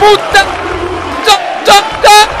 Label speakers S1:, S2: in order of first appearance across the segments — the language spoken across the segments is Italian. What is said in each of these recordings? S1: puttana! Gio- gio- gio-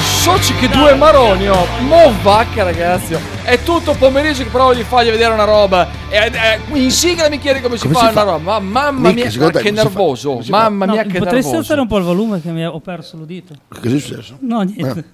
S1: Soci che due Maronio, mo vacca ragazzi. oh, È tutto pomeriggio che provo di fargli vedere una roba. E, eh, in sigla mi chiede come si
S2: Come
S1: fa
S2: si
S1: una
S2: fa?
S1: roba. Ma mamma
S2: Mica,
S1: mia,
S2: secondo te
S1: che
S2: come si fa?
S1: nervoso.
S2: Come si fa?
S1: Mamma
S3: No,
S1: mia, che
S3: potresti
S1: nervoso.
S3: alzare un po' il volume che mi ho perso l'udito.
S2: Cos'è successo?
S3: No, niente.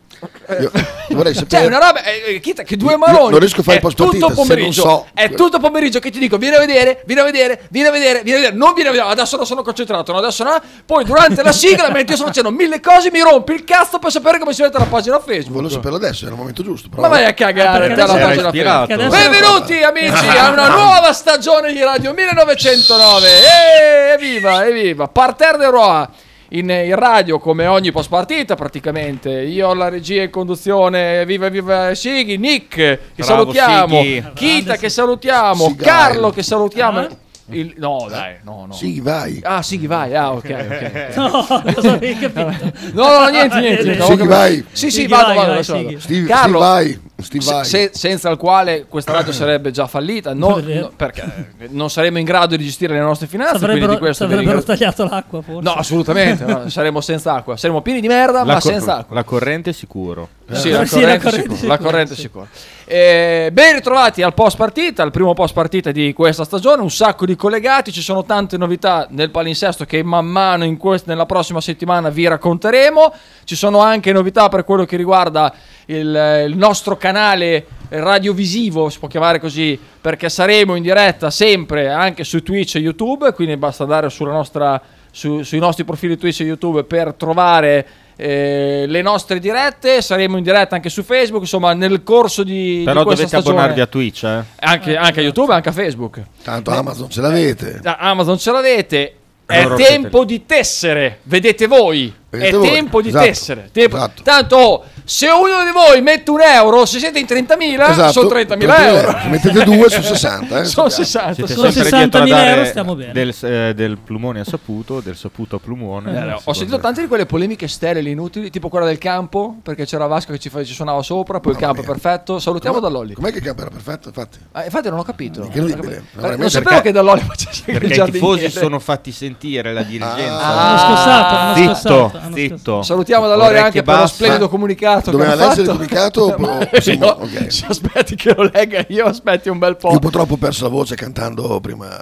S2: Io vorrei
S1: Cioè,
S2: sapere.
S1: una roba. eh, eh, chissà che due
S2: Io
S1: maroni.
S2: non riesco a fare
S1: è
S2: il post partita,
S1: tutto
S2: se non
S1: pomeriggio.
S2: so-
S1: È tutto pomeriggio che ti dico: vieni a vedere, vieni a vedere, vieni a vedere, vieni a vedere. Non vieni a vedere. Adesso non sono concentrato, no, adesso no. Poi durante la sigla, mentre io sto facendo mille cose, mi rompi il cazzo per sapere come si mette la pagina Facebook.
S2: Volevo saperlo adesso, era il momento giusto.
S1: Ma vai a
S3: Ah,
S1: cagare,
S3: perché
S1: te la
S3: adesso-
S1: pagina
S4: Era ispirato.
S1: Facebook.
S3: Perché adesso-
S1: Benvenuti amici a una nuova stagione di Radio 1909. Eh, Evviva, evviva. Parterre de Roa. In, in radio come ogni post partita praticamente io ho la regia in conduzione viva viva Sighi Nick che
S4: Bravo,
S1: salutiamo
S4: Sighi.
S1: Kita che salutiamo
S2: Sigai.
S1: Carlo che salutiamo
S3: Ah?
S1: Il- no dai no no
S2: Sì, vai.
S1: ah Sighi vai ah ok ok
S4: Eh.
S3: No, non avevi capito.
S1: no no niente niente
S2: Sighi, vai.
S1: sì sì
S3: Sighi,
S1: vado
S3: vai,
S1: vado
S3: vai,
S1: adesso
S3: Sighi.
S1: vado.
S2: Steve,
S1: Carlo
S2: Steve, vai. Steve,
S1: se-
S2: vai.
S1: se- senza il quale questa
S4: Eh.
S1: radio sarebbe già fallita no- no, perché non saremmo in grado di gestire le nostre finanze quindi di
S3: Avrebbero,
S1: questo vi
S3: avrebbero
S1: ringrazio.
S3: tagliato l'acqua forse.
S1: no assolutamente no, saremmo senza acqua saremmo pieni di merda Ah, ma
S4: cor-
S1: senza acqua
S4: la corrente sicuro.
S1: sì, Eh, la
S3: Sì,
S1: corrente,
S3: la corrente
S1: sicuro,
S3: sicura,
S1: la corrente
S3: sì.
S1: sicura. Eh, ben ritrovati al post partita, al primo post partita di questa stagione, un sacco di collegati, ci sono tante novità nel palinsesto che man mano in quest- nella prossima settimana vi racconteremo, ci sono anche novità per quello che riguarda il, eh, il nostro canale radiovisivo, si può chiamare così, perché saremo in diretta sempre anche su Twitch e YouTube, quindi basta andare sulla nostra su- sui nostri profili Twitch e YouTube per trovare eh, le nostre dirette. Saremo in diretta anche su Facebook. Insomma, nel corso di, di
S4: Però
S1: questa
S4: dovete
S1: stagione,
S4: abbonarvi a Twitch, eh.
S1: anche, anche a YouTube, anche a Facebook.
S2: Tanto Amazon ce l'avete.
S1: Da Amazon ce l'avete. È
S4: Allora,
S1: tempo di tessere, vedete voi.
S2: Vedete
S1: è
S2: voi,
S1: tempo di
S2: esatto,
S1: tessere. Tempo-
S2: esatto.
S1: Tanto, oh, se uno di voi mette un euro, se siete in 30.000, sono 30.000 euro.
S2: Se Esatto, mettete due su 60. Eh,
S1: Sono
S2: sappiamo.
S1: 60.
S4: Siete
S1: sono
S3: sempre
S1: 60.
S3: 60.000
S4: dietro a dare
S3: euro, stiamo bene.
S4: Del, eh, del plumone a saputo, del saputo a plumone.
S1: Eh, ho
S4: Secondo
S1: sentito
S4: me.
S1: tante di quelle polemiche sterili, inutili, tipo quella del campo, perché c'era Vasco che ci, fa- ci suonava sopra, poi il
S2: Mamma
S1: campo è
S2: mia.
S1: perfetto. Salutiamo Dall'Olli.
S2: Com'è che il campo era perfetto? Infatti.
S1: Ah, infatti non ho capito.
S2: Incredibile.
S1: Non,
S2: Veramente
S1: sapevo
S4: perché-
S1: che Dall'Olli facesse il
S4: Perché i
S1: giardiniere.
S4: tifosi sono fatti sentire la dirigenza.
S3: Hanno scossato, hanno
S4: zitto,
S3: scossato, hanno scossato.
S4: zitto.
S1: Ah. Salutiamo Dall'Olli
S4: Orecchie
S1: anche per lo
S4: basse.
S1: splendido comunicato
S2: Eh, Doveva
S1: che hanno
S2: leggere il
S1: fatto.
S2: comunicato? o-
S1: Eh,
S2: sì,
S1: no,
S2: ok.
S1: Se aspetti che lo legga io, aspetti un bel
S2: Io
S1: po'.
S2: purtroppo ho perso la voce cantando prima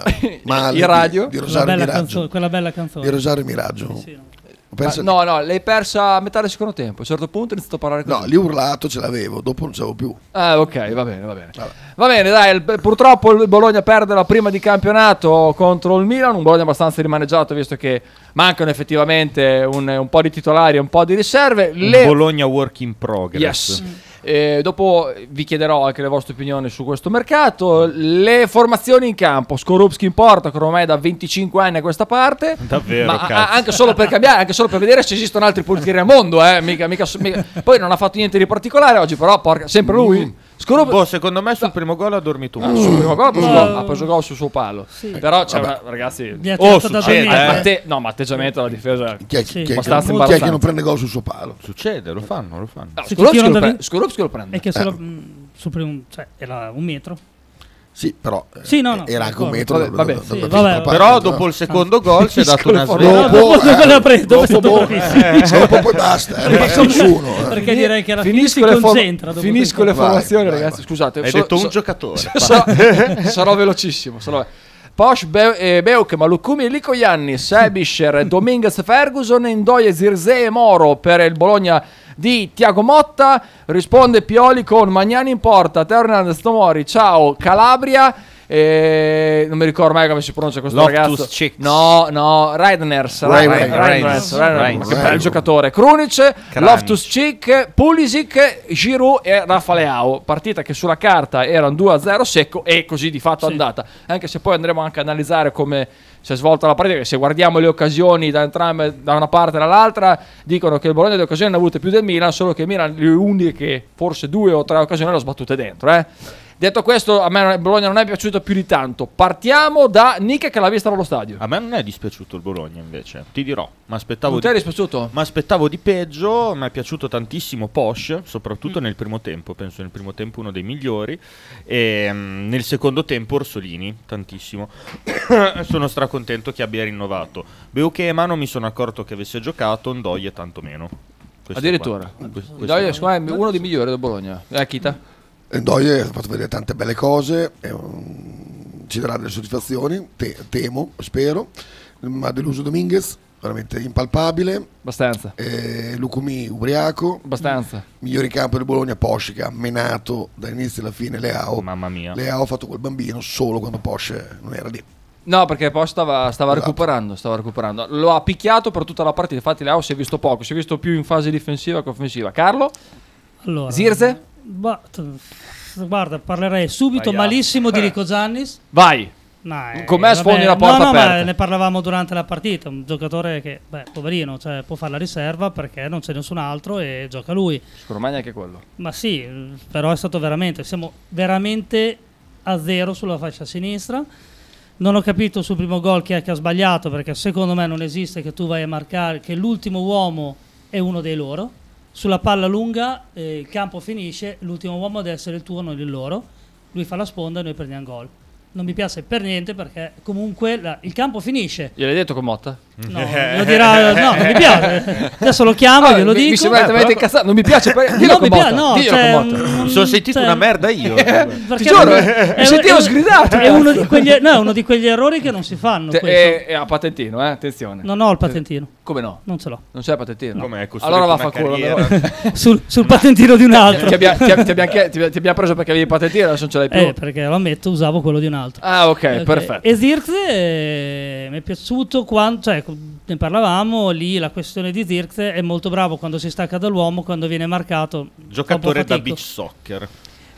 S2: male
S1: In radio?
S2: di, di
S3: Quella
S2: Rosario
S3: bella,
S2: Miraggio.
S3: canzone, quella bella
S2: Di
S3: canzone.
S2: Rosario Miraggio.
S3: Sì, no.
S2: Ho perso-
S1: Ma Ah, No, no, l'hai persa a metà del secondo tempo. A un certo punto ho iniziato a parlare così.
S2: no, lì urlato ce l'avevo, dopo non ce l'avevo più.
S1: Ah, ok, va bene, va bene. Va bene, dai, il- purtroppo il Bologna perde la prima di campionato contro il Milan, un Bologna abbastanza rimaneggiato visto che mancano effettivamente un, un po' di titolari e un po' di riserve.
S4: Un
S1: Le-
S4: Bologna work in progress.
S1: Yes. Eh, dopo vi chiederò anche le vostre opinioni su questo mercato. Le formazioni in campo, Skorupski in porta, che ormai è da 25 anni a questa parte.
S4: Davvero,
S1: Ma a-
S4: cazzo.
S1: anche solo per cambiare, anche solo per vedere se esistono altri portieri al mondo. eh, mica- mica- mica- Poi non ha fatto niente di particolare oggi, però porca- sempre lui. Skorup-
S4: Boh, secondo me sul primo gol ha dormito uno.
S1: sul primo gol ha preso
S3: Mm.
S1: gol, ha preso gol sul suo palo. Però c'è
S2: Vabbè.
S1: una- ragazzi,
S3: Mi ha
S4: Oh,
S3: tirato da
S4: succede,
S3: dormire.
S4: eh.
S1: atte- no, ma atteggiamento alla difesa.
S2: Chi è,
S3: Sì.
S2: chi è- chi è
S1: Abbastanza
S2: che
S1: imbarazzante.
S2: non prende gol sul suo palo?
S4: Succede, lo fanno, lo fanno.
S1: No,
S3: Se ti
S1: Skorupski
S3: tirano
S1: lo
S3: da
S1: pre-
S3: lì-
S1: Skorupski lo prende.
S3: È eh. che
S4: Eh.
S3: solo mh, su primo- cioè, era un metro.
S2: Sì, però eh,
S3: Sì, no, no,
S2: era anche un
S3: d'accordo.
S2: metro.
S1: Vabbè,
S2: da-
S1: vabbè,
S2: da-
S3: sì,
S2: da-
S3: vabbè,
S2: da-
S3: vabbè.
S4: Però
S2: da-
S4: dopo il secondo gol si è dato una
S1: Scorporo.
S4: sveglia.
S3: No, dopo il gol ha preso, dopo
S2: eh, dopo,
S3: siete
S2: boh,
S3: bravissimi.
S2: eh, dopo poi basta, eh, basta nessuno. eh.
S3: Perché direi che alla fine si
S1: Finisco le for-
S3: concentra. dopo
S1: Finisco
S3: questo.
S1: le
S2: Vai,
S1: formazioni,
S2: vai,
S1: ragazzi.
S2: vai.
S1: Scusate,
S4: Hai
S1: so-
S4: detto
S1: so-
S4: un giocatore.
S1: sarò, sarò velocissimo. Sarò... Posh, Be- eh, Beuk, Malukumi, Likoyanni, Sebischer, Dominguez, Ferguson, Indoie, Zirze e Moro per il Bologna di Tiago Motta. Risponde Pioli con Magnani in porta, Teo Hernandez, Tomori, ciao Calabria. eh, non mi ricordo mai come si pronuncia questo
S4: Loftus
S1: ragazzo.
S4: Cheek.
S1: No, no, Reidners. Ra-
S2: Reidners.
S1: Reidners,
S4: Reidners.
S1: Reidners, ma Che bel
S2: Reidners.
S1: giocatore. Krunic,
S4: Kranic.
S1: Loftus Cheek, Pulisic, Giroud e Rafaleao. Partita che sulla carta era un 2-0 secco e così di fatto è
S3: Sì.
S1: andata. Anche se poi andremo anche a analizzare come si è svolta la partita, che se guardiamo le occasioni da entrambe, da una parte e dall'altra, dicono che il Bologna le occasioni ne ha avute più del Milan, solo che il Milan le uniche, forse due o tre occasioni le ha sbattute dentro, eh. Detto questo, a me non è- Bologna non è piaciuto più di tanto. Partiamo da Nick che l'ha vista allo stadio.
S4: A me non è dispiaciuto il Bologna invece, ti dirò, ma aspettavo
S1: Non ti è
S4: di
S1: dispiaciuto?
S4: Ma aspettavo di peggio, mi è piaciuto tantissimo Posh, soprattutto
S1: Mm.
S4: nel primo tempo, penso nel primo tempo uno dei migliori, e mm, nel secondo tempo Orsolini, tantissimo. sono stracontento che abbia rinnovato. Beuche e Mano mi sono accorto che avesse giocato, Ndoye tantomeno. Questo
S1: Addirittura.
S4: qua. Que- questo
S1: Dai,
S4: qua.
S1: secondo me è uno dei migliori del Bologna. Eh, Kita?
S2: Doie ha fatto vedere tante belle cose, è un- ci darà delle soddisfazioni, te- temo, spero, ma ha deluso Dominguez, veramente impalpabile,
S1: Abbastanza.
S2: eh, Lucumi ubriaco,
S1: Abbastanza.
S2: migliori campo di Bologna Porsche che ha menato dall'inizio alla fine Leao,
S4: Oh, Mamma mia.
S2: Leao ha fatto quel bambino solo quando Porsche non era lì.
S1: No, perché poi stava, stava
S2: Esatto.
S1: recuperando, stava recuperando. Lo ha picchiato per tutta la partita, infatti Leao si è visto poco, si è visto più in fase difensiva che offensiva. Carlo?
S3: Allora,
S1: Zirze?
S3: ba- t- guarda, parlerei subito
S1: Vai, ah.
S3: malissimo di Rico Giannis.
S1: Vai!
S3: No, eh,
S1: Con me sfondi
S3: vabbè,
S1: una porta
S3: no, no,
S1: aperta.
S3: ma ne parlavamo durante la partita. Un giocatore che, beh, poverino, cioè, può fare la riserva perché non c'è nessun altro e gioca lui.
S1: Scormagna anche quello.
S3: Ma sì, però è stato veramente. Siamo veramente a zero sulla fascia sinistra. Non ho capito sul primo gol chi è che ha sbagliato perché secondo me non esiste che tu vai a marcare che l'ultimo uomo è uno dei loro. Sulla palla lunga eh, il campo finisce, l'ultimo uomo deve essere il tuo, non il loro. Lui fa la sponda e noi prendiamo gol. Non mi piace per niente perché comunque la- il campo finisce.
S1: Gliel'hai detto con Motta?
S3: No, lo dirà, no, non mi piace. Adesso lo chiamo,
S1: Ah,
S3: glielo
S1: mi,
S3: dico. Eh,
S1: Mi sembra che avete incazzato, non mi piace. Per... Dillo
S3: No,
S1: con
S3: mi piace,
S1: Motta,
S3: no,
S1: dillo
S3: cioè,
S1: con Motta.
S3: mm,
S4: Mi sono sentito
S3: cioè,
S4: una merda io.
S3: perché
S1: Ti giuro,
S3: è-
S1: eh,
S3: è-
S1: mi sentivo
S3: è-
S1: sgridato.
S3: È uno, di quegli, no, è uno di quegli errori che non si fanno.
S1: Te-
S3: questo.
S1: è, è a patentino, Cioè, eh? attenzione.
S3: Non ho il patentino,
S1: Come no?
S3: non ce l'ho.
S1: Non c'è il patentino.
S4: Com'è, costruito
S1: allora va a
S4: una
S1: fa culo.
S4: carriera.
S1: però.
S3: Sul, sul patentino di un altro.
S1: Ti abbia- ti ab- ti Eh, abbiamo chie- ti ab- ti abbiamo preso perché avevi il patentino, adesso non ce l'hai più.
S3: Eh, perché lo ammetto, usavo quello di un altro.
S1: Ah, ok,
S3: Ok,
S1: perfetto.
S3: E Zirkze eh, mi è piaciuto quando, cioè, ne parlavamo lì. La questione di Zirkze è molto bravo quando si stacca dall'uomo, quando viene marcato.
S4: Giocatore
S3: Un po'
S4: da
S3: fatico.
S4: beach soccer.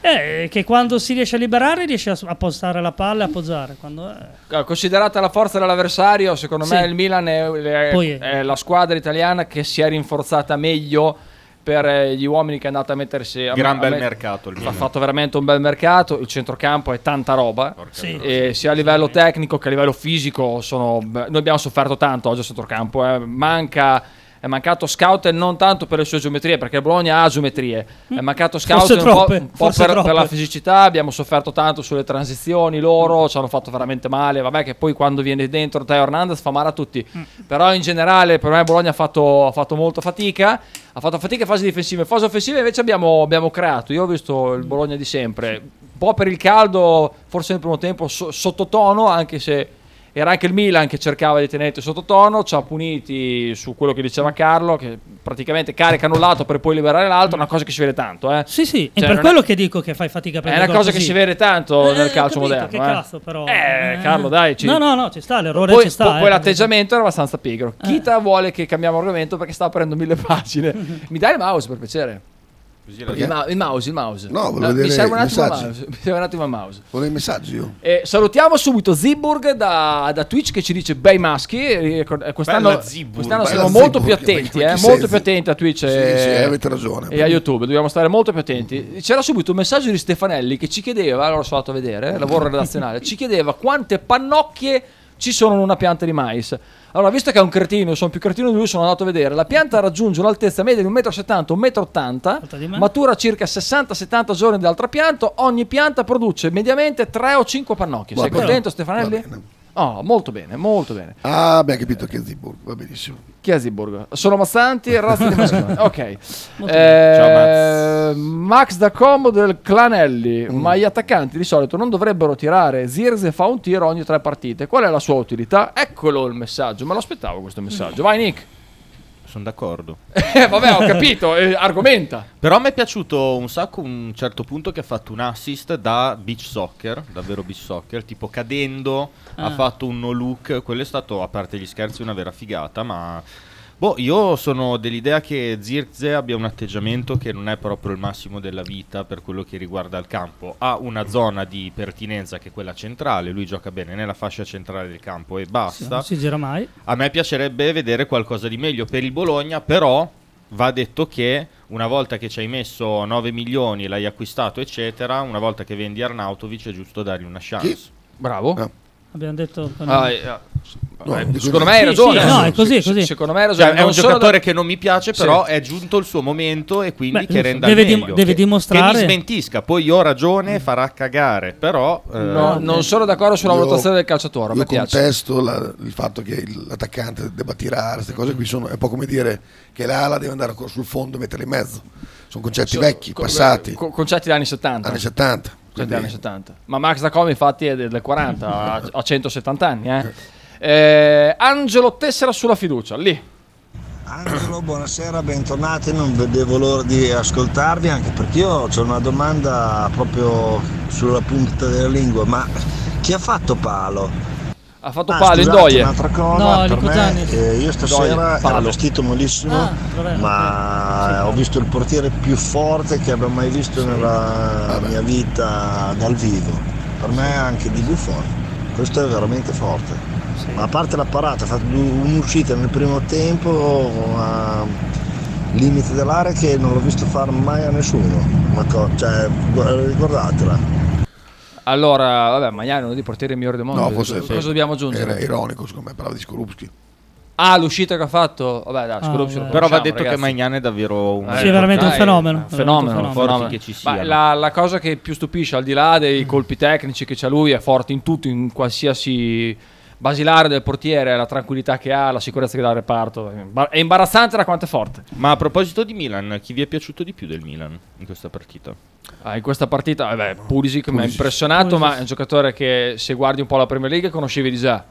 S3: Eh, che quando si riesce a liberare, riesce a, s- a postare la
S1: Mm.
S3: palla e a appoggiare. Quando, eh,
S1: Ah, Considerata la forza dell'avversario, secondo me
S3: Sì.
S1: il Milan è, è-
S3: Poi-
S1: è la squadra italiana che si è rinforzata meglio per eh, gli uomini che è andata a mettersi a
S4: Gran
S1: a
S4: bel
S1: me-
S4: mercato il
S1: Ha
S4: Milan.
S1: fatto veramente un bel mercato. Il centrocampo è tanta roba.
S4: Porca
S3: Sì.
S4: miseria.
S1: E sia a livello tecnico che a livello fisico sono... beh, noi abbiamo sofferto tanto oggi a centrocampo eh. manca è mancato scout e non tanto per le sue geometrie perché il Bologna ha geometrie è mancato scout
S3: Forse
S1: un po',
S3: troppe,
S1: un po'
S3: forse
S1: per, per la
S3: troppe.
S1: fisicità abbiamo sofferto tanto sulle transizioni loro ci hanno fatto veramente male vabbè che poi quando viene dentro Teo Hernandez fa male a tutti però in generale per me Bologna ha fatto, ha fatto molto fatica ha fatto fatica in fase difensiva in fase offensiva invece abbiamo, abbiamo creato io ho visto il Bologna di sempre un po' per il caldo forse nel primo tempo so- sottotono anche se era anche il Milan che cercava di tenerti sottotono, ci ha puniti su quello che diceva Carlo, che praticamente caricano un lato per poi liberare l'altro, è una cosa che si vede tanto, eh.
S3: Sì, sì,
S1: Cioè,
S3: è per
S1: non è-
S3: quello che dico che fai fatica per
S1: È una cosa che si vede tanto nel calcio moderno.
S3: Che
S1: eh.
S3: cazzo, però.
S1: Eh, Carlo, dai, ci-
S3: No, no, no, ci sta, l'errore
S1: Poi,
S3: ci sta.
S1: poi-
S3: eh,
S1: poi
S3: per-
S1: l'atteggiamento era abbastanza pigro. Kita vuole che cambiamo argomento perché sta aprendo mille pagine. Mi dai il mouse per piacere?
S4: Così la-
S2: Perché?
S1: Il, ma- il mouse, il mouse. Ah,
S2: No, volevo
S1: mi
S2: vedere
S1: serve un
S2: i
S1: attimo il
S2: messaggi.
S1: mouse. Mi serve un attimo il mouse.
S2: Volevo i messaggi io.
S1: Eh, salutiamo subito Ziburg da, da Twitch che ci dice bei maschi. Eh, Quest'anno,
S4: Bella Zeeburg,
S1: quest'anno
S2: bella
S1: siamo molto
S2: Zeeburg,
S1: più attenti,
S2: perché
S1: eh,
S2: chi
S1: molto
S2: sei?
S1: più attenti a Twitch
S2: Sì,
S1: e,
S2: sì, avete ragione.
S1: e a YouTube. Dobbiamo stare molto più attenti. C'era subito un messaggio di Stefanelli che ci chiedeva, allora sono andato a vedere, eh, lavoro redazionale, ci chiedeva quante pannocchie ci sono in una pianta di mais. Allora, visto che è un cretino, io sono più cretino di lui, sono andato a vedere. La pianta raggiunge un'altezza media di 1,70 m, 1,80
S3: Alta di
S1: m,
S3: me.
S1: matura circa 60-70 giorni dall'altra pianta. Ogni pianta produce mediamente 3 o 5 pannocchie.
S2: Va
S1: Sei
S2: bene.
S1: contento,
S2: Va
S1: Stefanelli?
S2: bene.
S1: Oh, molto bene, molto bene.
S2: Ah, abbiamo capito che è Ziburg, va benissimo.
S1: Chi è Ziburg? Sono Mazzanti, razza di mascone. Ok. Eh,
S4: bene.
S1: Max da Como del Clanelli.
S2: Mm.
S1: Ma gli attaccanti di solito non dovrebbero tirare. Zirze fa un tiro ogni tre partite. Qual è la sua utilità? Eccolo il messaggio. Me lo aspettavo questo messaggio. Vai, Nick.
S4: sono d'accordo.
S1: Eh, vabbè, ho capito, eh, argomenta.
S4: Però mi è piaciuto un sacco un certo punto che ha fatto un assist da beach soccer, davvero beach soccer, tipo cadendo,
S3: Ah.
S4: ha fatto un no look, quello è stato, a parte gli scherzi, una vera figata, ma... Boh, io sono dell'idea che Zirze abbia un atteggiamento che non è proprio il massimo della vita per quello che riguarda il campo. Ha una zona di pertinenza che è quella centrale, lui gioca bene nella fascia centrale del campo e
S3: Sì,
S4: basta.
S3: non si gira mai.
S4: A me piacerebbe vedere qualcosa di meglio per il Bologna, però va detto che una volta che ci hai messo 9 milioni, l'hai acquistato, eccetera, una volta che vendi Arnautovic è giusto dargli una chance.
S1: Bravo.
S2: Ah.
S3: Abbiamo detto.
S1: Ah, eh, ah, s-
S2: No,
S1: eh,
S2: dico-
S1: secondo me hai
S3: Sì,
S1: ragione.
S3: sì, no, è così, è
S1: Se-
S3: così.
S1: Secondo me hai ragione.
S4: Cioè, è
S1: Non
S4: un
S1: solo
S4: giocatore
S1: da-
S4: che non mi piace,
S1: Sì.
S4: però è giunto il suo momento e quindi
S3: Beh,
S4: che renda
S3: deve
S4: il
S3: dim-
S4: meglio.
S3: deve
S4: Che-
S3: dimostrare-
S4: Che mi smentisca, poi io ho ragione, farà cagare, però... eh,
S1: No, non sono d'accordo sulla
S2: Io-
S1: valutazione del calciatore. A me
S2: Io
S1: piace.
S2: contesto la- il fatto che il- l'attaccante debba tirare, queste cose qui sono, è un po' come dire che l'ala deve andare ancora sul fondo e metterla in mezzo. Sono concetti vecchi,
S1: Con-
S2: passati,
S1: eh, con- concetti degli anni 70.
S2: anni 70.
S1: Cioè,
S2: quindi-
S1: degli anni 70. Ma Max da Come infatti è del del 40, ha ha 170 anni. eh. Eh, Angelo Tessera sulla fiducia, lì.
S5: Angelo, buonasera, bentornati, non vedevo l'ora di ascoltarvi anche perché io ho una domanda proprio sulla punta della lingua, ma chi ha fatto palo?
S1: Ha fatto
S5: Ah,
S1: palo in
S5: scusate,
S1: doie.
S5: Un'altra
S3: No,
S5: cosa, per
S3: Enrico Zanni.
S5: me, eh, io
S1: Doie,
S5: stasera
S1: palo.
S5: ero vestito malissimo,
S3: Ah, vabbè,
S5: ma
S3: ok.
S5: ho visto il portiere più forte che abbia mai visto nella mia vita dal vivo. Per me anche di Buffon. Questo è veramente forte.
S3: Sì.
S5: Ma a parte la parata, ha fatto du- un'uscita nel primo tempo a limite dell'area che non l'ho visto fare mai a nessuno. Ma co- cioè, gu- guardatela.
S1: Allora, vabbè, Magnani è uno dei portieri migliori del mondo.
S2: No, forse
S1: cosa dobbiamo aggiungere?
S2: Era ironico, secondo me, parlava di Skorupski.
S1: Ah, l'uscita che ha fatto. Vabbè, dai, Skorupski lo
S3: Ah, vabbè.
S4: Però va
S1: conosciamo,
S4: detto che
S1: diciamo, ragazzi.
S4: Magnan è davvero un...
S1: Eh,
S3: Sì, è veramente un
S1: dai,
S3: fenomeno.
S1: un Fenomeno, un
S3: Forti
S1: fenomeno.
S4: che ci
S1: Ma
S4: siano.
S1: la, la cosa che più stupisce, al di là dei colpi tecnici che c'ha lui, è forte in tutto, in qualsiasi basilare del portiere, la tranquillità che ha, la sicurezza che dà al reparto. È imbar- È imbarazzante da quanto è forte.
S4: Ma a proposito di Milan, chi vi è piaciuto di più del Milan in questa partita?
S1: Ah, in questa partita, eh beh, Pulisic mi ha
S2: Pulisic.
S1: impressionato,
S3: Pulisic.
S1: ma è un giocatore che se guardi un po' la Premier League conoscevi di già.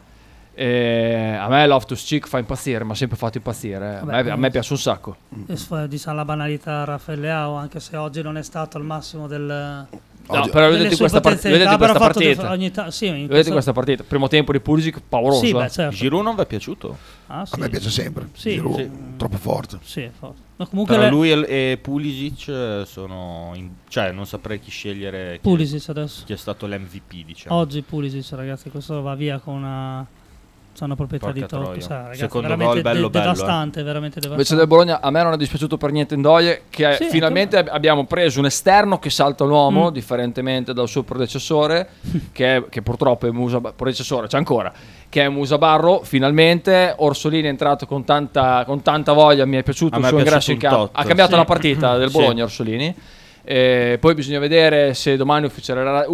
S1: Eh, a me Loftus Cheek fa impazzire, mi ha sempre fatto impazzire. eh. A
S3: Vabbè,
S1: me, a me piace un sacco.
S3: E sf- diciamo la banalità Raffaele Leao, anche se oggi non è stato al massimo del
S1: No,
S2: Oggi-
S1: però l'ho
S3: delle
S1: detto in questa,
S3: sue
S1: part- l'ho detto
S3: potenzialità,
S1: in questa
S3: però ha fatto dif-
S1: partita.
S3: ogni ta- sì, in
S1: Vedete questa partita, primo tempo di Pulisic pauroso.
S3: Sì,
S1: eh.
S3: beh, certo.
S4: Giroud non vi è piaciuto?
S3: Ah, sì.
S2: A me piace sempre.
S3: Sì,
S2: Giroud,
S4: sì.
S2: Troppo forte.
S3: Sì, forse. Ma comunque
S4: Tra
S3: le-
S4: lui e, e Pulisic eh, sono... in- cioè, non saprei chi scegliere chi,
S3: Pulisic adesso.
S4: chi è stato l'MVP, diciamo.
S3: Oggi Pulisic, ragazzi, questo va via con una c'ha una proprietà
S4: Porca
S3: di top,
S4: troia.
S3: sa, ragazzi,
S4: Secondo
S3: veramente
S4: gol, bello, bello,
S3: devastante, veramente
S1: eh. Invece
S3: devastante.
S1: del Bologna a me non è dispiaciuto per niente Ndoye che
S3: Sì,
S1: finalmente ab- abbiamo preso un esterno che salta l'uomo
S3: Mm.
S1: differentemente dal suo predecessore che, è- che purtroppo è Musa predecessore c'è ancora che è Musa Barro finalmente Orsolini è entrato con tanta, con tanta voglia mi è piaciuto
S4: A
S1: il
S4: me è
S1: suo ingresso in
S4: piaciuto
S1: campo
S4: un
S1: ha
S4: tot.
S1: cambiato
S4: Sì.
S1: la partita del
S4: Sì.
S1: Bologna Orsolini Eh, poi bisogna vedere se domani ufficialerà-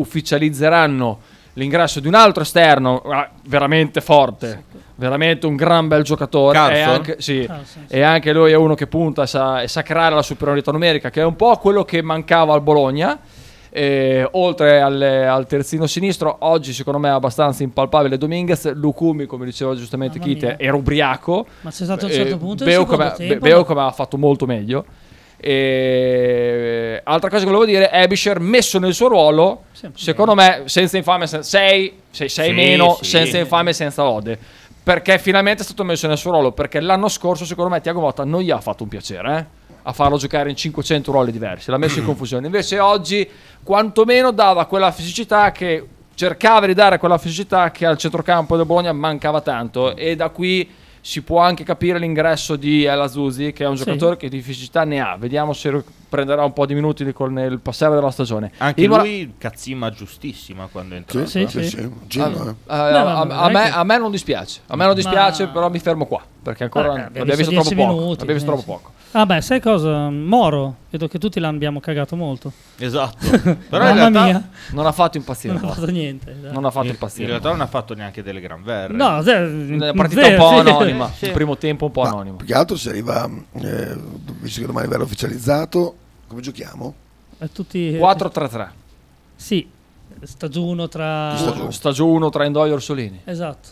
S1: ufficializzeranno l'ingresso di un altro esterno ah, veramente forte veramente un gran bel giocatore È
S4: Carlson?
S1: anche- sì,
S3: Ah, sì, sì.
S1: e anche lui è uno che punta e sa, e sa creare la superiorità numerica, che è un po' quello che mancava al Bologna. E oltre al, al terzino sinistro, oggi secondo me è abbastanza impalpabile Dominguez. Lucumi, come diceva giustamente
S3: Mamma
S1: Kite,
S3: mia.
S1: era ubriaco.
S3: Ma c'è stato un certo
S1: Eh, Beu
S3: punto del secondo
S1: come-
S3: tempo,
S1: Beu
S3: ma-
S1: come ha fatto molto meglio. E- altra cosa che volevo dire, Ebisher messo nel suo ruolo,
S3: Sempre
S1: secondo me, senza infame, 6
S4: Sì,
S1: meno,
S4: sì.
S1: senza infame, senza lode. Perché finalmente è stato messo nel suo ruolo. Perché l'anno scorso, secondo me, Tiago Motta non gli ha fatto un piacere eh, a farlo giocare in 500 ruoli diversi, l'ha messo in confusione. Invece oggi, quantomeno, dava quella fisicità che cercava di dare quella fisicità che al centrocampo del Bologna mancava tanto. E da qui si può anche capire l'ingresso di El Azuzi, che è un
S3: Sì.
S1: giocatore che di fisicità ne ha. Vediamo se prenderà un po' di minuti con il passare della stagione.
S4: Anche
S1: Il Mora-
S4: lui cazzima giustissima quando è entrato.
S2: Sì,
S3: Sì,
S2: sì,
S3: sì.
S2: sì. un giro, eh.
S1: Eh,
S3: ma
S1: a,
S3: non
S1: a
S3: è
S1: me,
S3: che-
S1: a me non dispiace, a me non dispiace,
S3: Ma-
S1: però mi fermo qua perché ancora
S3: Vabbè, abbiamo
S1: l'abbiamo visto,
S3: visto
S1: troppo
S3: 10
S1: poco.
S3: minuti,
S1: l'abbiamo visto
S3: quindi,
S1: troppo poco.
S3: Ah beh, sai cosa? Moro, vedo che tutti l'abbiamo cagato molto.
S4: Esatto. Però in
S3: Mamma
S4: realtà,
S3: mia,
S1: Non ha fatto impazzire,
S3: non ha
S1: Motta.
S3: fatto niente. dai.
S1: non ha fatto
S4: in
S1: impazzire.
S4: realtà non ha fatto neanche delle gran verre.
S3: No, zero,
S1: Una partita
S3: zero,
S1: un po'
S3: sì.
S1: anonima,
S4: Sì.
S1: il primo tempo un po'
S2: Ma
S1: anonimo.
S2: Più che altro se arriva, eh, visto che domani verrà ufficializzato, come giochiamo?
S3: E Eh, tutti
S1: 4-3-3,
S3: Sì, stagiuno tra
S2: Chi sta giù?
S1: stagione 1 tra Indoio e Orsolini.
S3: Esatto.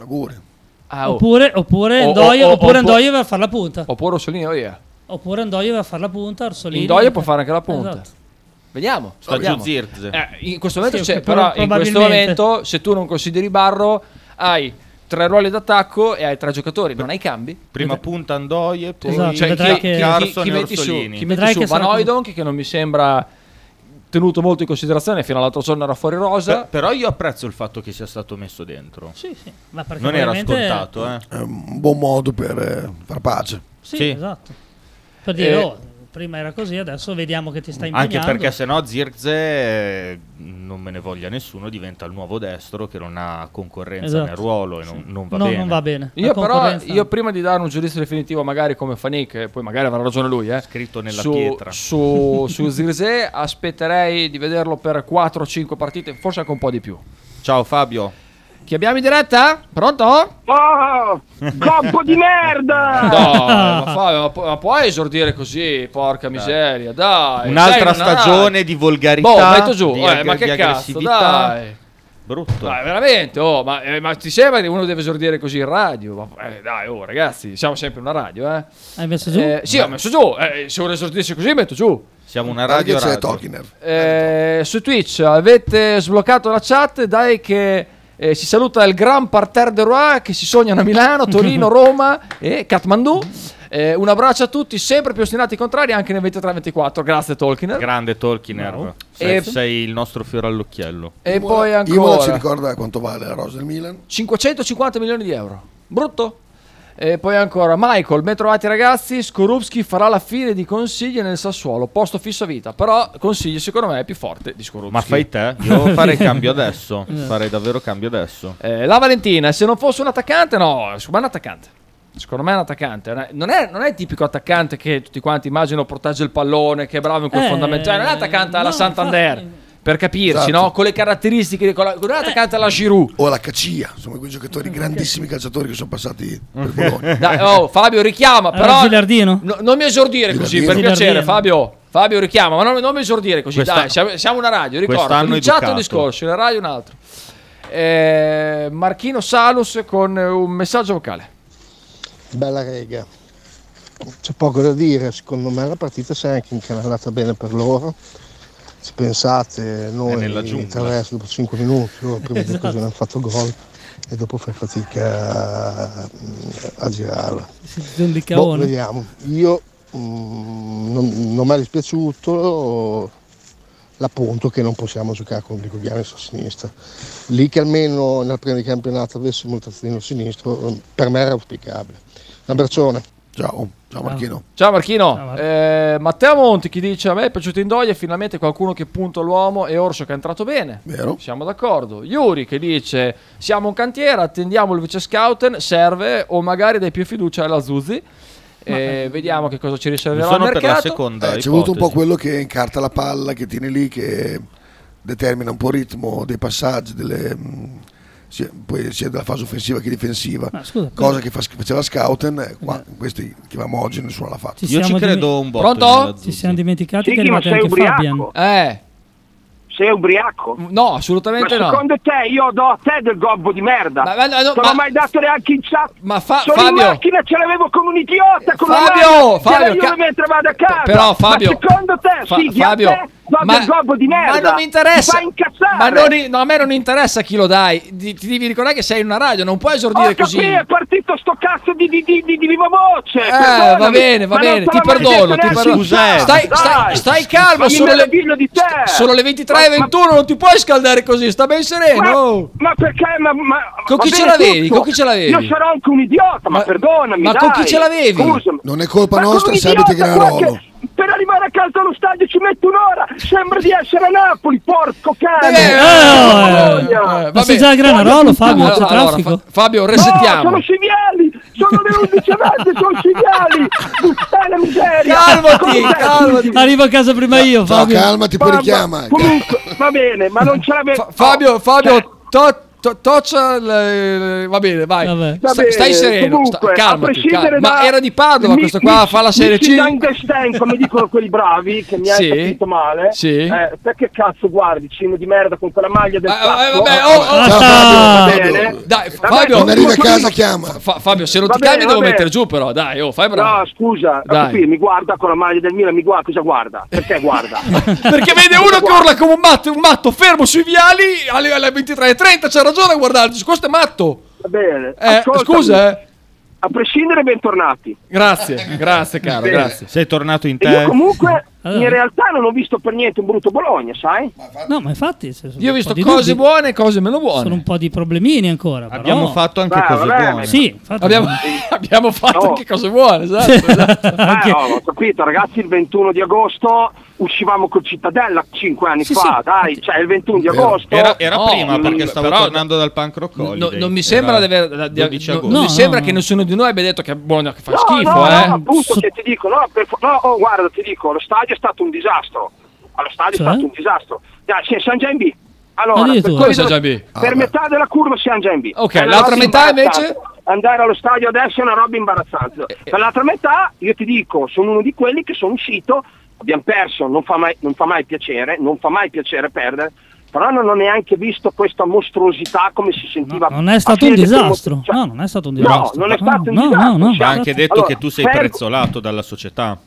S2: Auguri.
S1: Ah, oh.
S3: Oppure, oppure,
S1: O-
S3: Ndoye-
S1: o- o-
S3: oppure
S1: o-
S3: Ndoye va a fare la punta.
S1: Oppure Orsolini o Ia.
S3: Oppure Ndoye va a fare la punta. Orsolini.
S1: Ndoye può fare anche la punta.
S3: Esatto.
S1: Vediamo.
S4: Sta giù
S1: vediamo.
S4: Zirze.
S1: Eh, in questo momento
S3: Sì,
S1: c'è,
S3: pro-
S1: però in questo
S3: probabilmente.
S1: momento se tu non consideri Barro hai tre ruoli d'attacco e hai tre giocatori, non hai cambi.
S4: Prima punta Andoie, poi
S3: Esatto,
S1: Cioè,
S3: vedrai
S1: chi,
S3: che-
S1: chi-
S4: Carson
S1: chi
S4: e
S1: metti su,
S4: Orsolini.
S1: chi metti
S3: Vedrai
S1: su
S3: che
S1: Van
S3: sarà così.
S1: Hooijdonk, che non mi sembra tenuto molto in considerazione, fino all'altro giorno era fuori rosa.
S4: Pe- però io apprezzo il fatto che sia stato messo dentro.
S3: Sì, sì. Ma perché
S4: Non era
S3: probabilmente-
S4: scontato, eh.
S2: È Ehm, un buon modo per eh, far pace.
S3: Sì,
S4: Sì.
S3: esatto. Per dire,
S1: Eh,
S3: oh, prima era così, adesso vediamo che ti stai impegnando.
S4: Anche perché sennò Zirze, eh, non me ne voglia nessuno, diventa il nuovo destro che non ha concorrenza
S3: Esatto.
S4: nel ruolo e non, non va
S3: no,
S4: bene.
S3: non va bene. La
S1: Io però,
S3: concorrenza-
S1: io prima di dare un giudizio definitivo magari come Fanic, e poi magari avrà ragione lui, eh,
S4: Scritto nella
S1: su,
S4: pietra.
S1: Su, su Zirze aspetterei di vederlo per 4-5 partite, forse anche un po' di più.
S4: Ciao Fabio.
S1: Chi abbiamo in diretta? Pronto?
S6: Oh, coppo di merda!
S1: No, ma, Fabio, ma pu- ma puoi esordire così, porca miseria, dai.
S4: Un'altra
S1: dai, non-
S4: stagione di volgarità.
S1: Boh, metto giù,
S4: di
S1: eh,
S4: ag-
S1: ma
S4: di
S1: che cazzo,
S4: aggressività.
S1: dai.
S4: Brutto.
S1: Dai, veramente, oh, ma, eh, ma ti sembra che uno deve esordire così in radio? Ma, eh, dai, oh, ragazzi, siamo sempre una radio, eh.
S3: Hai messo giù?
S1: Eh, sì, ho messo giù, eh, se uno esordisce così metto giù.
S4: Siamo una
S2: Guarda che
S4: radio
S2: c'è
S4: radio.
S2: Tolkiener.
S1: Eh, su Twitch avete sbloccato la chat, dai che eh, si saluta il gran parterre de Roi che si sognano a Milano, Torino, Roma e Kathmandu. Eh, un abbraccio a tutti, sempre più ostinati e contrari anche nel 23-24. Grazie Tolkien.
S4: Grande Tolkien.
S3: Bravo.
S4: Sei,
S1: E-
S4: sei il nostro fiore all'occhiello.
S1: e poi
S2: Imola ci
S1: ancora
S2: ricorda quanto vale la rosa del Milan.
S1: 550 milioni di euro. Brutto. E poi ancora Michael, ben trovati ragazzi, Skorupski farà la fine di consigli nel Sassuolo, posto fisso a vita, però consigli secondo me è più forte di Skorupski.
S4: Ma fai te? Io farei cambio adesso. Farei davvero cambio adesso.
S1: Eh, la Valentina, se non fosse un attaccante, no, secondo me è un attaccante. Secondo me è un attaccante. Non è- Non è, non è il tipico attaccante che tutti quanti immaginano protegge il pallone, che è bravo in quel
S3: Eh,
S1: fondamentale. Cioè, non è attaccante alla
S3: no,
S1: Santander.
S3: infatti.
S1: Per capirci,
S2: Esatto.
S1: no? Con le caratteristiche, con la- con un attaccante alla Giroud.
S2: O la Cacia, insomma, quei giocatori, grandissimi calciatori che sono passati per Bologna.
S4: Eh.
S1: Dai, oh, Fabio richiama,
S3: Allora,
S1: però.
S3: Eh, Gilardino?
S1: no- non mi esordire così, per
S2: Gilardino.
S1: piacere,
S3: Gilardino.
S1: Fabio. Fabio richiama, ma non, non mi esordire così.
S4: Questa-
S1: Dai, siamo, siamo una radio, ricordo.
S4: quest'anno
S1: In chat un
S4: educato.
S1: discorso, in radio un altro. Eh, Marchino Salus con eh, un messaggio vocale.
S7: Bella rega. C'è poco da dire, secondo me la partita si è anche incanalata bene per loro. Se pensate,
S4: È
S7: noi
S4: nella giungla.
S7: il resto dopo 5 minuti, loro prima di
S3: Esatto.
S7: occasione hanno fatto gol e dopo fai fatica a, a girarla.
S3: un
S7: Boh,
S3: biccaone.
S7: vediamo. Io mm, non, non mi è dispiaciuto l'appunto che non possiamo giocare con Ligogliano su sinistra. Lì che almeno nella prima di campionato avessimo il terzino sinistro, eh, per me era auspicabile. Un abbraccione.
S2: Ciao, ciao Marchino.
S1: Ciao Marchino,
S3: Ciao, Mar-
S1: Eh, Matteo Monti chi dice a me è piaciuto Indoia, finalmente qualcuno che punta l'uomo e Orso che è entrato bene.
S2: Vero?
S1: Siamo d'accordo. Yuri che dice siamo un cantiere, attendiamo il vice scouten, serve o magari dai più fiducia alla Zuzzi. Eh, vediamo che cosa ci
S4: Io
S1: riserverà il
S4: sono per la
S1: mercato.
S4: seconda.
S2: Eh, c'è voluto un po'
S4: ipotesi.
S2: quello che incarta la palla, che tiene lì, che determina un po' il ritmo dei passaggi, delle, mh, sia, poi sia della fase offensiva che difensiva.
S3: Ma scusa,
S2: Cosa che fa- faceva Scouten, eh, qua, questi chiamiamo oggi, nessuno l'ha fatto.
S3: ci
S4: Io ci
S3: siamo dimi-
S4: credo un botto.
S1: Pronto?
S4: nella Zuzzi.
S3: Ci siamo dimenticati che è
S6: Sì, ma
S3: arrivato
S6: sei
S3: anche Fabian.
S6: ubriaco.
S1: Eh,
S6: Sei ubriaco.
S1: no,
S6: Ma
S1: assolutamente no.
S6: secondo te io do a te del gobbo di merda?
S1: Ma- ma- no, no,
S6: non
S1: ma-
S6: l'ho mai dato neanche in chat.
S1: Ma fa-
S6: Sono in
S1: Fabio,
S6: macchina, ce l'avevo con un idiota, con
S1: Fabio,
S6: la
S1: Fabio,
S6: io
S1: ca-
S6: mentre vado a casa.
S1: però Fabio,
S6: ma secondo te,
S1: Fa-
S6: sì,
S1: Fabio,
S6: a te, do
S1: ma-
S6: del gobbo di merda.
S1: ma non mi interessa,
S6: Ti fa incazzare.
S1: ma non i- no, a me non interessa chi lo dai, Di- ti devi ricordare che sei in una radio, non puoi esordire
S6: Ho
S1: così.
S6: capito, è partito sto cazzo di, di, di, di, di viva voce.
S1: Eh,
S6: perdonami,
S1: va bene, va
S6: ma non
S1: bene,
S6: te
S1: ti
S6: l'ho mai
S1: perdono,
S6: detto
S1: ti
S6: neanche
S1: perdono.
S6: in chat,
S1: Stai, stai,
S6: dai.
S1: stai calmo,
S6: Ma
S1: sono
S6: io
S1: le,
S6: meraviglia di te.
S1: sono le 23 e
S6: Ma-
S1: 21, non ti puoi scaldare così, sta ben sereno.
S6: Ma,
S1: oh.
S6: ma perché? Ma, ma-
S1: Con
S6: va
S1: chi ce
S6: bene
S1: l'avevi?
S6: tutto.
S1: Con chi ce l'avevi?
S6: Io sarò anche un idiota, ma,
S1: Ma-
S6: perdonami.
S1: ma con chi
S6: dai.
S1: ce l'avevi?
S6: Scusami.
S2: Non è colpa
S6: Ma con
S2: nostra
S6: un
S2: se abiti
S6: idiota
S2: Granarolo.
S6: qua che Per arrivare a casa allo stadio ci metto un'ora. Sembra di essere a Napoli, porco cane.
S1: Eh, eh, eh,
S3: Oh,
S6: Madonna.
S3: Ma
S1: va
S3: sei
S1: bene.
S3: già a Granarolo, Fabio, c'è
S1: Allora, allora,
S3: traffico.
S1: Fa- Fabio,
S6: No,
S1: resettiamo.
S6: sono cinghiali! Sono le 11 e mezza, sono cinghiali! Puttana miseria!
S1: Calmati,
S6: Come stai?
S1: calmati.
S3: Arrivo a casa prima io,
S2: Ciao,
S3: Fabio.
S2: calmati, poi
S6: Vabbè,
S2: richiama.
S6: Comunque, va bene, ma non ce l'avevo.
S1: Fa- Fabio, Fabio, to- To- toccia il- il- va bene, vai.
S3: Vabbè.
S1: Sta-
S6: Vabbè,
S1: stai sereno, sta-
S6: comunque,
S1: calmati,
S6: a prescindere
S1: calma. Ma
S6: da-
S1: era di Padova
S6: mi-
S1: questo qua,
S6: mi-
S1: fa la Serie
S6: mi
S1: C. Eh,
S6: si dà in Gastein, come dicono quelli bravi, che mi hai
S1: Sì.
S6: capito male.
S1: Sì.
S6: Eh, perché cazzo guardi, cino di merda con quella maglia del
S1: Eh, eh,
S6: cazzo?
S1: vabbè, oh, oh,
S2: Ciao,
S3: Ah.
S2: Fabio,
S6: Bene.
S2: Fabio.
S1: Dai,
S6: Vabbè,
S1: Fabio,
S2: Quando arrivi a
S6: Comunque
S2: casa
S6: lui-
S2: chiama.
S1: Fa- Fabio, se non ti
S6: Vabbè,
S1: calmi devo
S6: vabbè.
S1: mettere giù però, dai, oh, fai bravo.
S6: No, scusa,
S1: Dai.
S6: ecco qui mi guarda con la maglia del Milan, mi guarda, cosa guarda? Perché guarda?
S1: Perché vede uno che urla come un matto, un matto fermo sui viali alle, alle 23.30, c'ha ragione a guardarci, questo è matto.
S6: Va bene.
S1: Eh,
S6: ascoltami.
S1: scusa, eh.
S6: A prescindere, bentornati.
S1: Grazie, grazie caro,
S6: Bene.
S1: grazie.
S4: Sei tornato in
S6: E
S4: te.
S6: io comunque
S3: Allora.
S6: in realtà non ho visto per niente un brutto Bologna, sai?
S3: No, ma infatti. se- sono
S1: Io ho
S3: un
S1: visto
S3: po' di
S1: cose
S3: dubbi,
S1: buone e cose meno
S3: Sono
S1: buone.
S3: un po' di problemini ancora. però-
S4: Abbiamo fatto anche
S6: Beh,
S4: cose
S6: vabbè,
S4: buone.
S3: Sì, infatti.
S1: Abbiamo, abbiamo fatto
S6: Oh.
S1: anche cose buone, esatto. esatto.
S6: Eh,
S3: Anche-
S6: no, ho capito, ragazzi, il 21 di agosto uscivamo col Cittadella 5 anni
S3: Sì,
S6: fa,
S3: sì. Oh,
S6: dai, cioè il 21 di
S2: Vero.
S6: agosto.
S4: Era, era
S1: No,
S4: prima perché
S1: mm,
S4: stavo
S1: però-
S4: tornando dal punk rock
S1: No,
S4: holiday.
S1: non mi sembra, di
S4: Era
S1: aver- da- di-
S4: 12
S1: no- non
S4: agosto.
S1: mi
S3: No,
S1: sembra
S3: no,
S1: che
S3: no.
S1: nessuno di noi abbia detto che è buono, che fa
S6: No,
S1: schifo,
S6: no,
S1: eh.
S6: no, appunto
S3: So-
S6: che ti dico, no, per fo- no, oh, guarda, ti dico, lo stadio è stato un disastro. Allo stadio
S3: Cioè?
S6: è stato un disastro. Dai, sì, siamo già in B. Allora, per,
S3: Addirittura.
S1: Come
S6: quello-
S1: siamo già in B?
S6: per metà della curva siamo già in B.
S1: Ok,
S6: È una
S1: l'altra
S6: roba
S1: metà
S6: imbarazzante.
S1: invece? Eh,
S6: Andare allo stadio adesso è una roba imbarazzante. Per l'altra metà, io ti dico, sono uno di quelli che sono uscito, abbiamo perso, non fa mai, non fa mai piacere, non fa mai piacere perdere. Però non ho neanche visto questa mostruosità come si sentiva.
S3: No, non è
S6: a
S3: stato un
S6: fine del primo-
S3: disastro.
S6: cioè-
S3: No, non è stato un
S6: No,
S3: disastro.
S6: non è stato un
S3: No, no,
S6: disastro.
S3: no, no.
S6: cioè-
S4: Ma ha anche detto
S6: Allora,
S4: che tu sei
S6: Fer-
S4: prezzolato dalla società.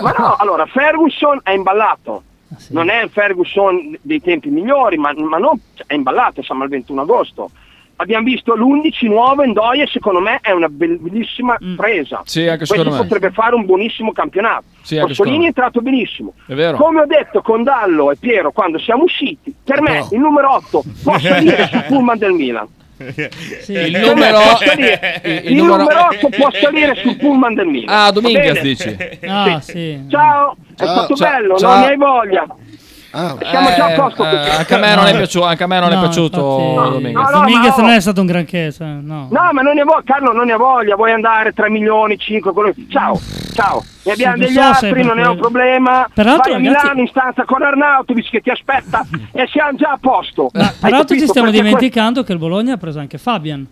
S6: Ma no, allora Ferguson è imballato.
S1: Ah,
S3: Sì.
S6: Non è il Ferguson dei tempi migliori, ma, ma non, cioè, è imballato, siamo al 21 agosto. Abbiamo visto l'11 nuovo Endoia, secondo me è una bellissima presa.
S1: Mm. Sì, anche
S6: Questo
S1: secondo me.
S6: potrebbe fare un buonissimo campionato.
S1: Sì, anche secondo
S6: Orsolini
S1: me.
S6: è entrato benissimo.
S1: È vero.
S6: Come ho detto con Dallo e Piero quando siamo usciti, per me
S2: No.
S6: il numero 8 può salire sul pullman del Milan.
S3: Sì.
S1: Il
S6: Per me
S1: numero...
S6: può salire-
S1: il- il
S6: il
S1: numero-
S6: numero 8 può salire sul pullman del Milan.
S1: Ah,
S6: Va
S1: Dominguez
S6: bene?
S1: dici.
S3: Ah, sì.
S6: Ciao, è
S2: Ciao,
S6: stato
S1: ciao,
S6: bello,
S1: ciao.
S6: non ne hai voglia.
S2: Ah,
S6: Siamo già a posto
S1: Eh,
S6: così.
S1: eh, anche a me non è
S3: No.
S1: piaciuto, anche a
S6: Eh,
S1: me non è
S3: No,
S1: piaciuto
S3: infatti,
S1: Dominguez.
S6: No, no,
S3: Dominguez
S6: ma-
S3: non è stato un granché. cioè, no.
S6: No, ma non ne voglio, Carlo, non ne ha voglia, vuoi andare 3 milioni, 5, quello... ciao, ciao. Ne abbiamo
S3: non
S6: degli
S3: so se è
S6: altri,
S3: per
S6: non è un
S3: quello.
S6: problema.
S3: Peraltro,
S6: Vai a
S3: ragazzi-
S6: Milano in stanza con Arnautovic che ti aspetta e siamo già a posto.
S3: Ma
S6: Hai
S3: peraltro ci
S6: capito?
S3: stiamo
S6: Perché
S3: dimenticando che il Bologna ha preso anche Fabian.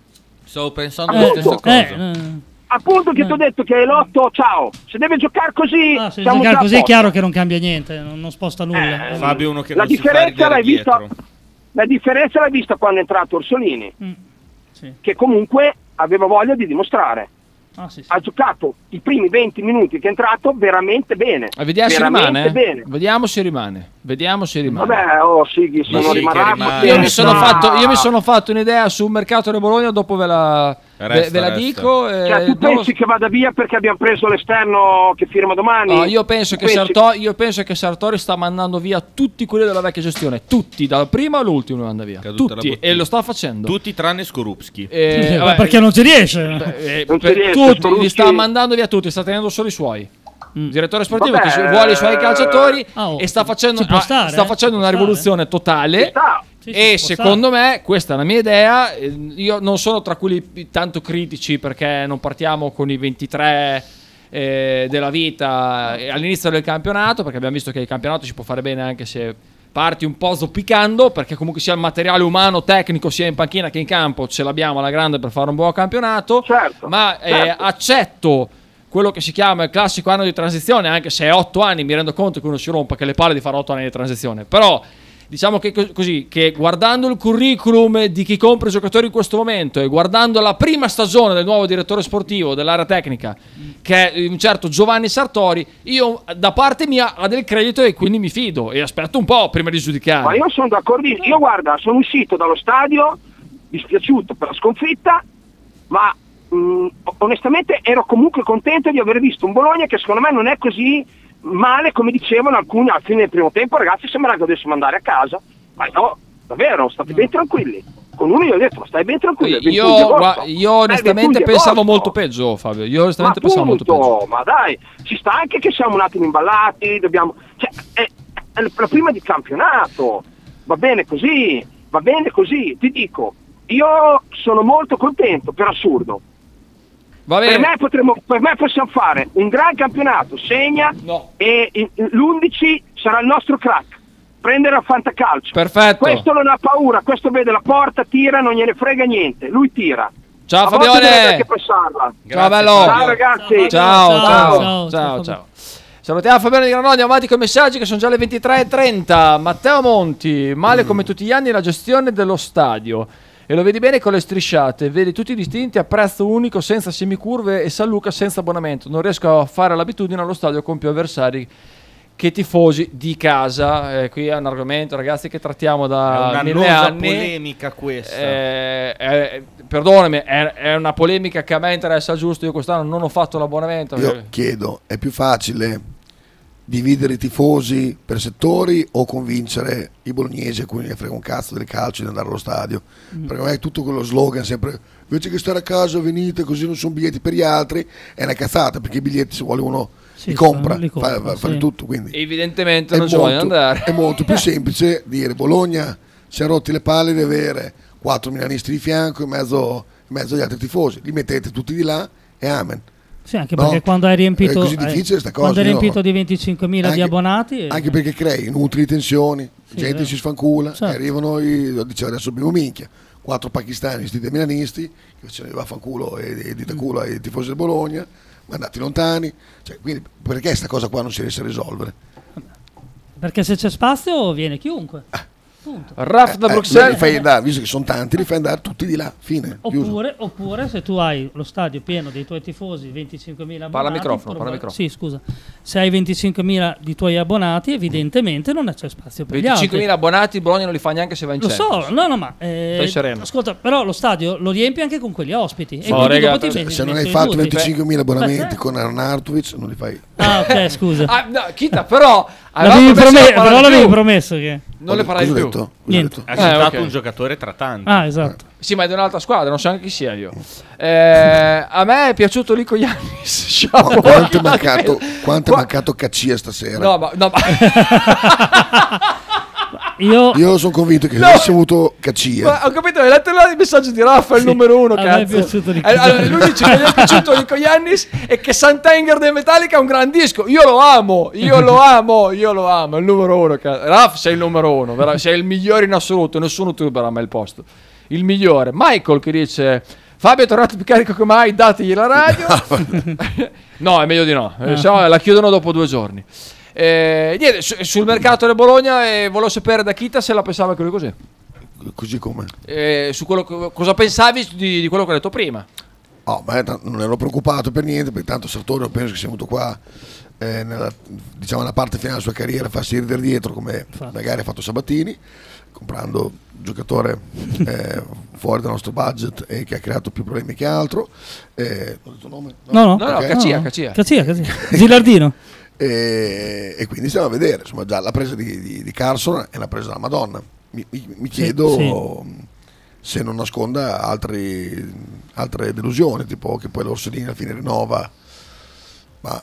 S4: Stavo pensando
S6: alla Appunto. stessa
S3: Eh, eh.
S6: que- Appunto che ti ho detto che è l'otto, ciao. Se deve giocare così,
S3: Ah, se
S6: siamo
S3: giocare
S6: già a
S3: così è
S6: posto.
S3: chiaro che non cambia niente, non, non sposta nulla.
S6: Eh,
S3: Eh,
S4: Fabio è uno che
S6: La
S4: non si fa
S6: differenza
S4: ridere
S6: l'hai vista,
S4: dietro.
S6: la differenza l'hai vista quando è entrato Orsolini,
S3: mm, sì.
S6: che comunque aveva voglia di dimostrare.
S3: Ah, sì, sì.
S6: ha giocato i primi 20 minuti che è entrato veramente bene.
S1: Eh, Vediamo se
S6: veramente
S1: rimane. eh.
S6: bene.
S1: Vediamo se rimane. Vediamo se rimane.
S6: Vabbè, oh Sighi, se
S4: Ma
S6: non
S4: sì, che
S6: rimarrà...
S4: rimane.
S6: ma-
S4: Eh,
S1: Io mi, sono
S6: no.
S1: fatto, io mi sono fatto un'idea sul mercato del Bologna, dopo ve la, ve-
S4: Resta,
S1: ve la
S4: resta.
S1: dico. eh,
S6: Cioè, tu
S1: non lo
S6: pensi
S1: so.
S6: che vada via perché abbiamo preso l'esterno che firma domani?
S1: No, Ah, io, penso
S6: Tu
S1: che
S6: pensi-
S1: Sarto- io penso che Sartori sta mandando via tutti quelli della vecchia gestione, tutti, dalla prima all'ultima li manda via.
S4: Caduta la
S1: tutti,
S4: bottiglia.
S1: e lo sta facendo.
S4: Tutti tranne Skorupski.
S1: Eh,
S3: Sì, ma
S1: vabbè,
S3: perché non ci riesce?
S1: eh,
S6: Non
S1: per
S6: ci riesce,
S1: tutti, li
S6: Ferrucci.
S1: sta mandando via tutti, sta tenendo solo i suoi. Il direttore sportivo
S6: Vabbè, eh,
S1: che vuole i suoi calciatori
S3: Mm. Ah, oh,
S1: e sta facendo,
S3: ci può
S1: ah,
S3: stare,
S1: sta
S3: eh,
S1: facendo
S3: ci
S1: una
S3: può stare.
S1: rivoluzione totale.
S6: Sta.
S3: Sì, sì,
S1: e
S3: ci può
S1: secondo me, questa è la mia idea, eh, io non sono tra quelli tanto critici perché non partiamo con i 23 eh, della vita eh, all'inizio del campionato, perché abbiamo visto che il campionato ci può fare bene anche se parti un po' zoppicando, perché comunque sia il materiale umano, tecnico, sia in panchina che in campo, ce l'abbiamo alla grande per fare un buon campionato,
S6: Certo,
S1: ma eh,
S6: certo.
S1: accetto quello che si chiama il classico anno di transizione, anche se è 8 anni, mi rendo conto che uno si rompa, che le palle di fare 8 anni di transizione, però diciamo che co- così, che guardando il curriculum di chi compra i giocatori in questo momento e guardando la prima stagione del nuovo direttore sportivo dell'area tecnica, che è un certo Giovanni Sartori, io da parte mia ha del credito e quindi mi fido e aspetto un po' prima di giudicare.
S6: Ma io sono d'accordissimo. Io guarda, sono uscito dallo stadio dispiaciuto per la sconfitta, ma mh, onestamente ero comunque contento di aver visto un Bologna che secondo me non è così male come dicevano alcuni alla fine del primo tempo, ragazzi, sembrava che dovessimo andare a casa. Ma no, davvero, state ben tranquilli. Con uno gli ho detto, ma stai ben tranquillo. è il 21 di
S1: Io,
S6: agosto.
S1: gua- io
S6: È il 21
S1: onestamente
S6: di
S1: pensavo
S6: agosto.
S1: molto peggio, Fabio. Io
S6: Ma
S1: onestamente pensavo molto
S6: appunto,
S1: peggio.
S6: ma dai, ci sta anche che siamo un attimo imballati, dobbiamo. Cioè, è, è la prima di campionato. Va bene così, va bene così, ti dico. Io sono molto contento, per assurdo.
S1: Va
S6: Per me,
S1: bene.
S6: potremmo, per me possiamo fare un gran campionato, segna
S1: No.
S6: e l'11 sarà il nostro crack. prendere al fantacalcio.
S1: Perfetto.
S6: Questo non ha paura, questo vede la porta, tira, non gliene frega niente. Lui tira.
S1: Ciao,
S6: A volte
S1: Fabione.
S6: deve anche passarla.
S1: Ciao bello.
S6: Ciao ragazzi.
S1: Ciao, ciao, ciao,
S3: ciao,
S1: ciao.
S3: ciao.
S1: Salutiamo Fabiano Di Granoni, avanti con i messaggi che sono già le 23.30. Matteo Monti, male come tutti gli anni la gestione dello stadio. E lo vedi bene con le strisciate, vedi tutti distinti a prezzo unico, senza semicurve e San Luca senza abbonamento. Non riesco a fare l'abitudine allo stadio con più avversari che tifosi di casa. Eh, qui è un argomento, ragazzi, che trattiamo da
S4: È
S1: mille
S4: un'annosa
S1: anni.
S4: polemica questa.
S1: Eh, eh, perdonami, è, è una polemica che a me interessa giusto. Io quest'anno non ho fatto l'abbonamento.
S3: Certo,
S1: eh,
S3: eh.
S2: Io chiedo, è più facile dividere i tifosi per settori o convincere i bolognesi a cui ne frega un cazzo del calcio di andare allo stadio?
S3: Mm.
S2: Perché ormai tutto quello slogan sempre invece che stare a casa venite così non sono biglietti per gli altri è una cazzata perché i biglietti se vuole uno
S3: Sì,
S2: li compra,
S3: li compra,
S2: fa, fa- fa
S3: sì.
S2: di tutto quindi
S1: Evidentemente
S2: è
S1: non ci voglio
S2: molto, Eh,
S1: andare.
S2: è molto più semplice dire Bologna si è rotti le palle di avere quattro milanisti di fianco in mezzo, in mezzo agli altri tifosi li mettete tutti di là e amen
S3: Sì, anche
S2: No,
S3: perché quando hai riempito,
S2: è così
S3: eh,
S2: difficile sta cosa,
S3: quando hai
S2: io-
S3: riempito di 25.000 di
S2: Anche-
S3: abbonati, eh,
S2: Anche perché crei, nutri tensioni, gente
S3: vero.
S2: si sfancula,
S3: Certo.
S2: e arrivano i, dicevo adesso abbiamo minchia, quattro pakistani vestiti da milanisti, che facevano i vaffanculo e, e
S3: Mm.
S2: dita culo ai tifosi del Bologna, mandati lontani, cioè, quindi perché sta cosa qua non si riesce a risolvere?
S3: perché se c'è spazio viene chiunque.
S2: Ah,
S3: Punto.
S1: Raf da
S2: Eh,
S1: Bruxelles.
S2: li fai andare, visto che sono tanti, li fai andare tutti di là, fine, chiuso.
S3: Oppure, oppure se tu hai lo stadio pieno dei tuoi tifosi, 25.000 abbonati.
S1: Parla microfono,
S3: proba-
S1: parla microfono.
S3: Sì, scusa. Se hai 25.000 di tuoi abbonati, evidentemente non c'è spazio per gli altri.
S1: 25.000 abbonati, Bologna non li fa neanche se va in
S3: Lo
S1: Champions.
S3: so, no, no, ma eh,
S1: Stai sereno.
S3: ascolta, però lo stadio lo riempi anche con quelli ospiti. e
S1: Oh,
S3: quindi
S1: raga,
S3: dopo ti
S1: se-
S3: metti-
S2: Se non hai
S3: metti
S2: fatto
S3: tutti.
S2: 25.000 abbonamenti
S3: Beh,
S2: con Arnautovic, non li fai.
S3: Ah, ok, scusa.
S1: Ah, no, Chita, però avevamo
S3: L'avevi
S1: promesso di
S3: prome-
S1: non
S3: però
S1: parlare
S3: l'avevi
S1: più.
S3: promesso che.
S1: Non ne
S2: Cosa
S1: parlai
S2: ho
S1: più.
S2: detto? Cosa ho
S3: Niente.
S2: detto?
S4: Ha
S1: Eh,
S4: citato
S1: ok.
S4: un giocatore tra tanti.
S3: Ah, esatto.
S1: Sì, ma è di un'altra squadra, non so neanche chi sia io. Eh, a me è piaciuto Lico Yannis.
S2: Ma quanto è mancato, quanto è mancato Caccia stasera?
S1: No, ma, no, ma
S3: Io,
S2: Io sono convinto che se
S1: No.
S2: avessimo avuto Caccia,
S1: Ma ho capito, hai letto là il messaggio di Raffa, il numero uno,
S3: a me
S1: cazzo.
S3: è piaciuto Nico
S1: Eh, allora, lui dice che gli è piaciuto Nico Yannis e che Santenger dei Metallica è un gran disco. Io lo amo, io lo amo, io lo amo, è il numero uno, cazzo. Raff, sei il numero uno, vera- sei il migliore in assoluto, nessun youtuber ha mai il posto. Il migliore. Michael che dice... Fabio è tornato più carico che mai, dategli la radio. no, è meglio di no, eh, se no la chiudono dopo due giorni. Eh, niente, su- sul mercato del Bologna eh, volevo sapere da Kita se la pensava anche lui così.
S2: così come.
S1: Eh, su quello che- cosa pensavi di, di quello che ho detto prima.
S2: Oh, ma t- non ero preoccupato per niente, perché tanto Sartorio penso che sia venuto qua eh, nella, diciamo, nella parte finale della sua carriera a farsi ridere dietro come magari ha fatto Sabatini, comprando un giocatore eh, fuori dal nostro budget e che ha creato più problemi che altro. Eh, ho detto il nome?
S3: no, no,
S1: No, no,
S2: Ok.
S1: Cacia, Cacia.
S3: Cazzia, cazzia. Gilardino.
S2: E, e quindi stiamo a vedere, insomma già la presa di, di, di Carson è una presa della Madonna. Mi, mi- mi chiedo mh, se non nasconda altri- altre delusioni, tipo che poi l'Orsolini alla fine rinnova, ma,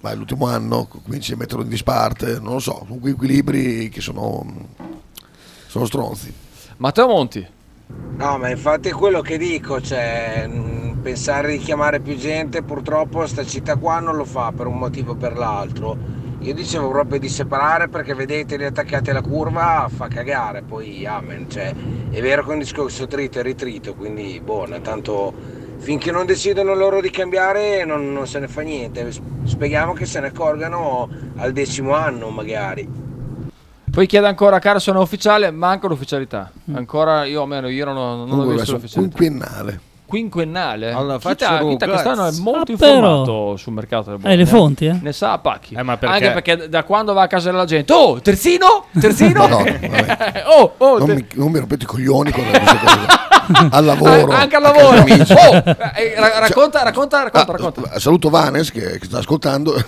S2: ma è l'ultimo anno, cominci a metterlo in disparte, non lo so, comunque equilibri che sono, mh, sono stronzi.
S1: Matteo Monti.
S8: No, ma infatti è quello che dico, cioè mh, pensare di chiamare più gente purtroppo sta città qua non lo fa per un motivo o per l'altro. Io dicevo proprio di separare perché vedete li attaccate alla curva fa cagare, poi amen, cioè è vero che è un discorso trito e ritrito, quindi buona, tanto finché non decidono loro di cambiare non, non se ne fa niente, S- speriamo che se ne accorgano al decimo anno magari.
S1: Poi chiede ancora Carson è ufficiale, manca l'ufficialità.
S3: Mm.
S1: Ancora io almeno io non ho, non ho
S2: Comunque
S1: visto
S2: adesso,
S1: l'ufficialità.
S2: quinquennale.
S1: Quinquennale.
S4: Allora,
S1: Chita-
S4: faccio
S1: Chita
S4: Rugaz.
S1: quest'anno è molto
S3: Ah, però.
S1: informato sul mercato del Bologna.
S3: Eh, le fonti, eh.
S1: Ne sa a pacchi.
S4: Eh, ma perché?
S1: Anche perché da quando va a casa della gente. Oh, terzino! Terzino!
S2: No, vabbè.
S1: oh, oh,
S2: Non
S1: ter-
S2: mi, non mi rompete i coglioni con le- queste cose. qua. Al lavoro,
S1: Ah, anche al
S2: a casa
S1: lavoro.
S2: amici.
S1: Oh, eh, ra- racconta, racconta, racconta,
S2: Ah,
S1: racconta.
S2: eh, Saluto Vanes che, che sta ascoltando.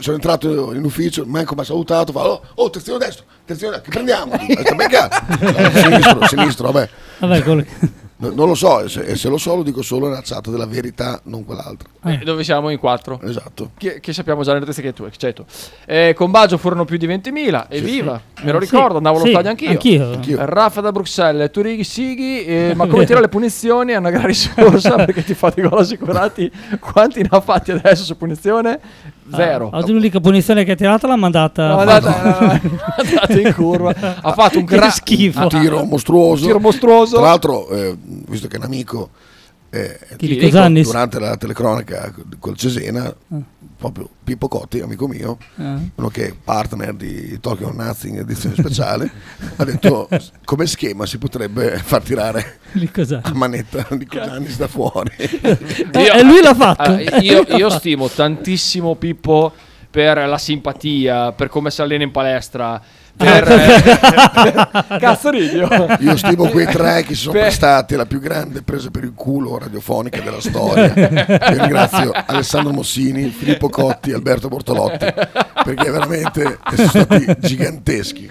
S2: Sono entrato in ufficio, manco mi ha salutato. Fa, oh, oh, terzino destro, terzino destro, che prendiamo? Eh, sta ben cazzo. No, sinistro, sinistro, vabbè.
S3: Vabbè, quello che-
S2: No, non lo so, e se, e se lo so lo dico solo nella chat della verità, non quell'altra.
S1: Eh, dove siamo in quattro?
S2: Esatto.
S1: che, che sappiamo già le notizie che tu, che c'è tu. Eh, con Baggio furono più di 20.000, evviva, me lo
S3: Sì,
S1: ricordo, andavo allo
S3: sì,
S1: stadio anch'io.
S2: Anch'io.
S1: Raffa da Bruxelles, Turighi, Sighi, eh, ma come tira le punizioni è una gran risorsa perché ti fate i gol assicurati. Quanti ne ha fatti adesso su punizione? Zero.
S3: Oggi l'unica punizione che ha tirato l'ha mandata.
S1: L'ha mandata, l'ha mandata in curva. Ha fatto un Ah,
S3: ah, Che
S1: gran
S3: schifo.
S2: un tiro mostruoso.
S1: Un tiro mostruoso.
S2: Tra l'altro, eh, visto che è un amico, eh,
S3: Chirico Zannis.
S2: durante la telecronaca col Cesena, proprio Pippo Cotti, amico mio,
S3: Eh.
S2: uno che è partner di Tokyo Nothing edizione speciale, ha detto come schema si potrebbe far tirare
S3: Lì cos'è?
S2: a manetta di Giannis da fuori.
S3: Eh, e lui l'ha fatto.
S1: Ah, io, io stimo tantissimo Pippo per la simpatia, per come si allena in palestra. Per,
S3: Ah,
S1: per- cazzo ridi, oh.
S2: Io stimo quei tre che si sono
S1: Beh.
S2: prestati alla più grande presa per il culo radiofonica della storia. Io ringrazio Alessandro Mossini, Filippo Cotti, Alberto Bortolotti, perché veramente sono stati giganteschi.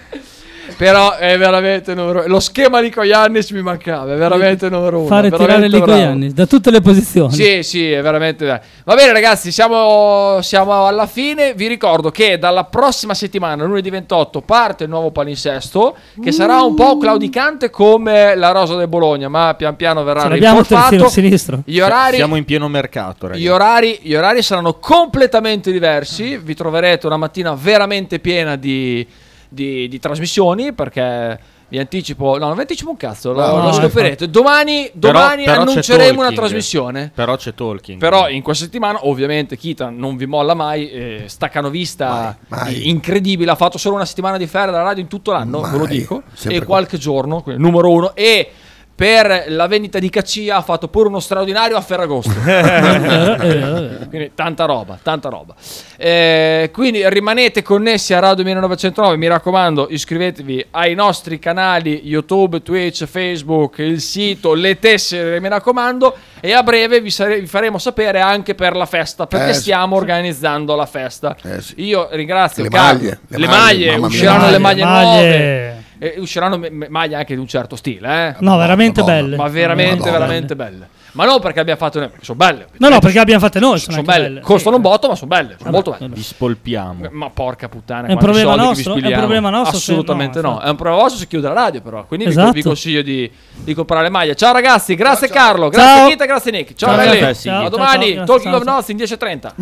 S1: Però è veramente numero Lo schema Nico Iannis mi mancava, è veramente numero uno.
S3: Fare tirare
S1: veramente
S3: Lico
S1: bravo.
S3: Iannis da tutte le posizioni.
S1: Sì, sì, è veramente. Va bene, ragazzi, siamo, siamo alla fine. Vi ricordo che dalla prossima settimana, lunedì 28, parte il nuovo palinsesto. Che sarà un
S3: Mm.
S1: po' claudicante come la rosa del Bologna, ma pian piano verrà
S3: Ce l'abbiamo terzino
S1: riportato.
S3: sinistro.
S1: Gli orari,
S4: Siamo in pieno mercato, ragazzi.
S1: gli orari, gli orari saranno completamente diversi. Vi troverete una mattina veramente piena di, di- di trasmissioni perché. Vi anticipo, no, non vi anticipo un cazzo, lo,
S3: No,
S1: lo scoprirete. Domani,
S4: Però-
S1: domani
S4: però c'è
S1: annunceremo una
S4: Talking.
S1: trasmissione.
S4: Però c'è Tolkien.
S1: Però in questa settimana, ovviamente, Kita non vi molla mai. Eh, staccanovista
S2: Mai, mai.
S1: i- incredibile. Ha fatto solo una settimana di ferie dalla radio in tutto l'anno, ve lo
S2: Mai,
S1: dico.
S2: sempre
S1: e qualche giorno, quindi numero uno. E per la vendita di Caccia ha fatto pure uno straordinario a Ferragosto. quindi tanta roba, tanta roba. Eh, quindi rimanete connessi a Radio 1909. Mi raccomando, iscrivetevi ai nostri canali YouTube, Twitch, Facebook, il sito, le tessere. Mi raccomando. E a breve vi, sare- vi faremo sapere anche per la festa perché
S2: Eh, sì.
S1: stiamo organizzando la festa.
S2: Eh, sì.
S1: Io ringrazio
S2: Le
S1: Carlo.
S2: maglie,
S1: le,
S2: le
S1: maglie,
S2: maglie, mamma mia.
S1: usciranno le maglie,
S3: Maglie,
S1: nuove.
S3: maglie.
S1: E usciranno me- me- maglie anche di un certo stile, eh.
S3: No, veramente
S2: Madonna.
S3: belle.
S1: Ma veramente,
S2: Madonna.
S1: veramente belle. Ma non perché abbiamo fatto noi, perché sono belle.
S3: No, no, perché abbiamo fatte noi. Sono,
S1: sono
S3: anche
S1: belle.
S3: belle.
S1: Costano
S3: Sì.
S1: un botto, ma sono belle. Sono molto belle.
S4: Vi spolpiamo.
S1: Ma porca puttana,
S3: È un
S1: quanti
S3: problema
S1: soldi che
S3: nostro?
S1: vi
S3: È un
S1: spilliamo.
S3: problema nostro se-
S1: Assolutamente
S3: no,
S1: no. È un problema nostro se chiude la radio, però. Quindi vi-
S3: Esatto.
S1: vi, consiglio di, di comprare le maglie. Ciao ragazzi, grazie Carlo,
S3: Ciao.
S1: grazie Kita, grazie Nick. Ciao,
S4: Ciao,
S1: belli.
S4: ragazzi.
S1: A
S3: Ciao,
S1: domani,
S3: ciao, ciao.
S1: Talking
S3: Ciao,
S1: of
S3: ciao.
S1: Nothing 10.30.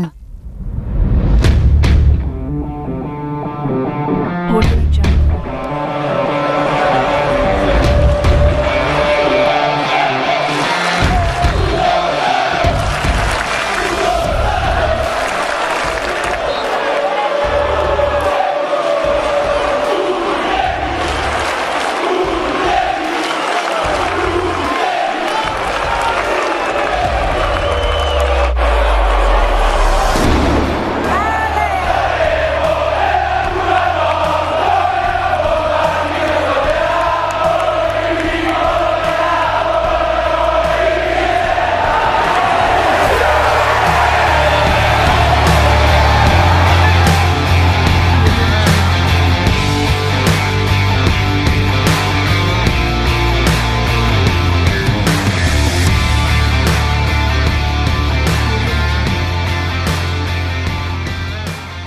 S9: Audio Jungle.